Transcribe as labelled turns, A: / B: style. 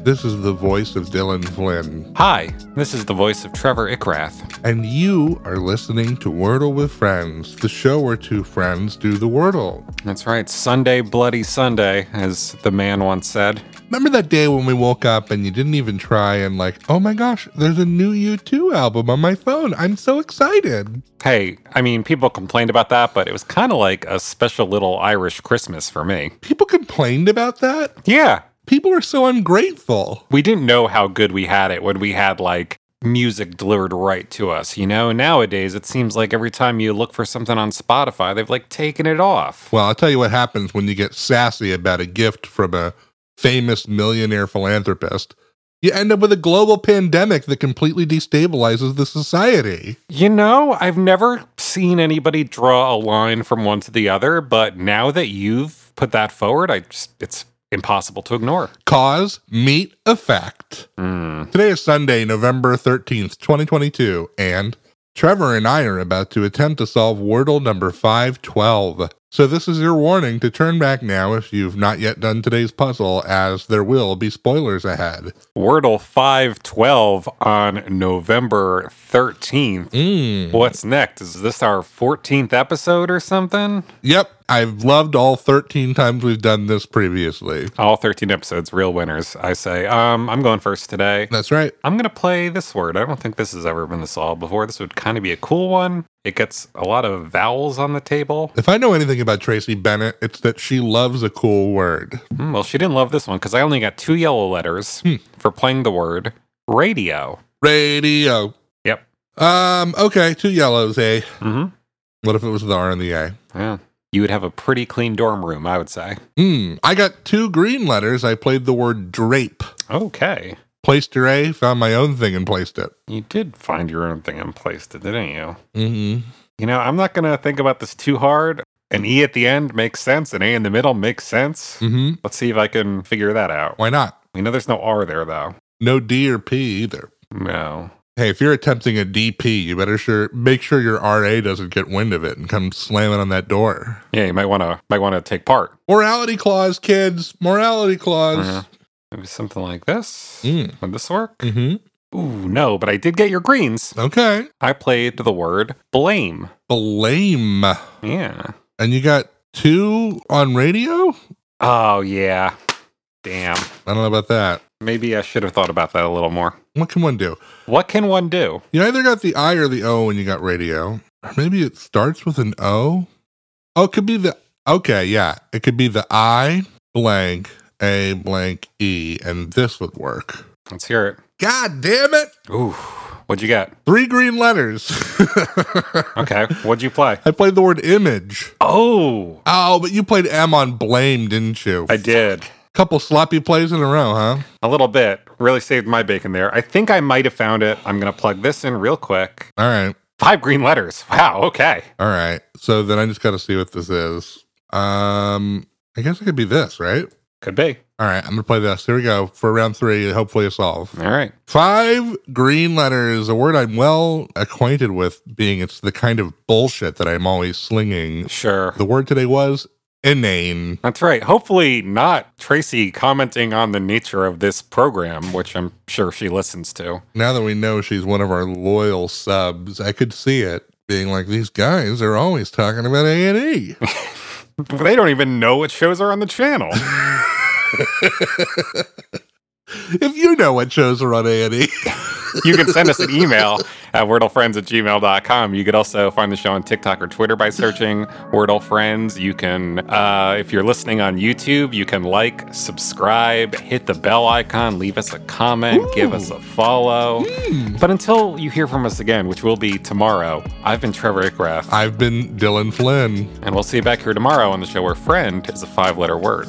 A: This is the voice of Dylan Flynn,
B: Hi, this is the voice of Trevor Ickrath.
A: and you are listening to Wordle with Friends, the show where two friends do the Wordle.
B: That's right, Sunday Bloody Sunday, as the man once said.
A: Remember that day when we woke up and you didn't even try and, like, oh my gosh, there's a new U2 album on my phone. I'm so excited.
B: Hey, I mean, people complained about that, but it was kind of like a special little Irish Christmas for me.
A: People complained about that.
B: Yeah,
A: People are so ungrateful.
B: we didn't know how good we had it when we had like music delivered right to us, you know? Nowadays, it seems like every time you look for something on Spotify, they've like taken it off.
A: Well, I'll tell you what happens when you get sassy about a gift from a famous millionaire philanthropist. You end up with a global pandemic that completely destabilizes the society.
B: You know, I've never seen anybody draw a line from one to the other, but now that you've put that forward, I just, it's impossible to ignore.
A: Cause, meet, effect.
B: Mm.
A: Today is Sunday, November 13th, 2022, and Trevor and I are about to attempt to solve Wordle number 512. So, this is your warning to turn back now if you've not yet done today's puzzle, as there will be spoilers ahead.
B: Wordle 512 on November 13th.
A: Mm.
B: What's next? Is this our 14th episode or something?
A: Yep, I've loved all 13 times we've done this previously.
B: All 13 episodes, real winners, I say. Um, I'm going first today.
A: That's right.
B: I'm going to play this word. I don't think this has ever been solved before. This would kind of be a cool one. It gets a lot of vowels on the table.
A: If I know anything about Tracy Bennett, it's that she loves a cool word.
B: Hmm, well, she didn't love this one because I only got two yellow letters for playing the word radio.
A: Radio.
B: Yep.
A: Um, okay, two yellows, eh?
B: hmm
A: What if it was the R and the A?
B: Yeah. You would have a pretty clean dorm room, I would say.
A: Hmm. I got two green letters. I played the word drape.
B: Okay.
A: Placed your A, found my own thing and placed it.
B: You did find your own thing and placed it, didn't you?
A: Mm-hmm.
B: You know, I'm not going to think about this too hard. An E at the end makes sense, an A in the middle makes sense.
A: Mm-hmm.
B: Let's see if I can figure that out.
A: Why not?
B: We know there's no R there, though.
A: No D or P either.
B: No.
A: Hey, if you're attempting a DP, you better sure make sure your RA doesn't get wind of it and come slamming on that door.
B: Yeah, you might want to might want to take part.
A: Morality clause, kids. Morality clause.
B: Mhm. Maybe something like this.
A: Mm.
B: Would this work?
A: hmm
B: Ooh, no, but I did get your greens.
A: Okay.
B: I played the word blame.
A: Blame.
B: Yeah.
A: And you got two on radio?
B: Oh, yeah. Damn.
A: I don't know about that.
B: Maybe I should have thought about that a little more.
A: What can one do?
B: What can one do?
A: You either got the I or the O when you got radio. Or maybe it starts with an O. Oh, it could be the okay, yeah. It could be the I blank A blank E, and this would work.
B: Let's hear it.
A: God damn it!
B: Ooh, what'd you get?
A: Three green letters.
B: Okay, what'd you play?
A: I played the word image.
B: Oh,
A: Oh, but you played M on blame, didn't you?
B: I did.
A: couple sloppy plays in a row, huh?
B: A little bit. Really saved my bacon there. I think I might have found it. I'm going to plug this in real quick.
A: All right.
B: Five green letters. Wow, okay.
A: All right. So then I just got to see what this is. Um, I guess it could be this, right?
B: Could be.
A: All right. I'm going to play this. Here we go for round three. Hopefully, a solve.
B: All right.
A: Five green letters, a word I'm well acquainted with, being it's the kind of bullshit that I'm always slinging.
B: Sure.
A: The word today was inane.
B: That's right. Hopefully, not Tracy commenting on the nature of this program, which I'm sure she listens to.
A: Now that we know she's one of our loyal subs, I could see it being like, these guys are always talking about E. A&E.
B: They don't even know what shows are on the channel.
A: if you know what shows are on E. A&E.
B: you can send us an email at wordlefriends at gmail.com. You could also find the show on TikTok or Twitter by searching Wordle Friends. You can, uh, if you're listening on YouTube, you can like, subscribe, hit the bell icon, leave us a comment, give us a follow. But until you hear from us again, which will be tomorrow, I've been Trevor Ickrath,
A: I've been Dylan Flynn.
B: and we'll see you back here tomorrow on the show where friend is a five letter word.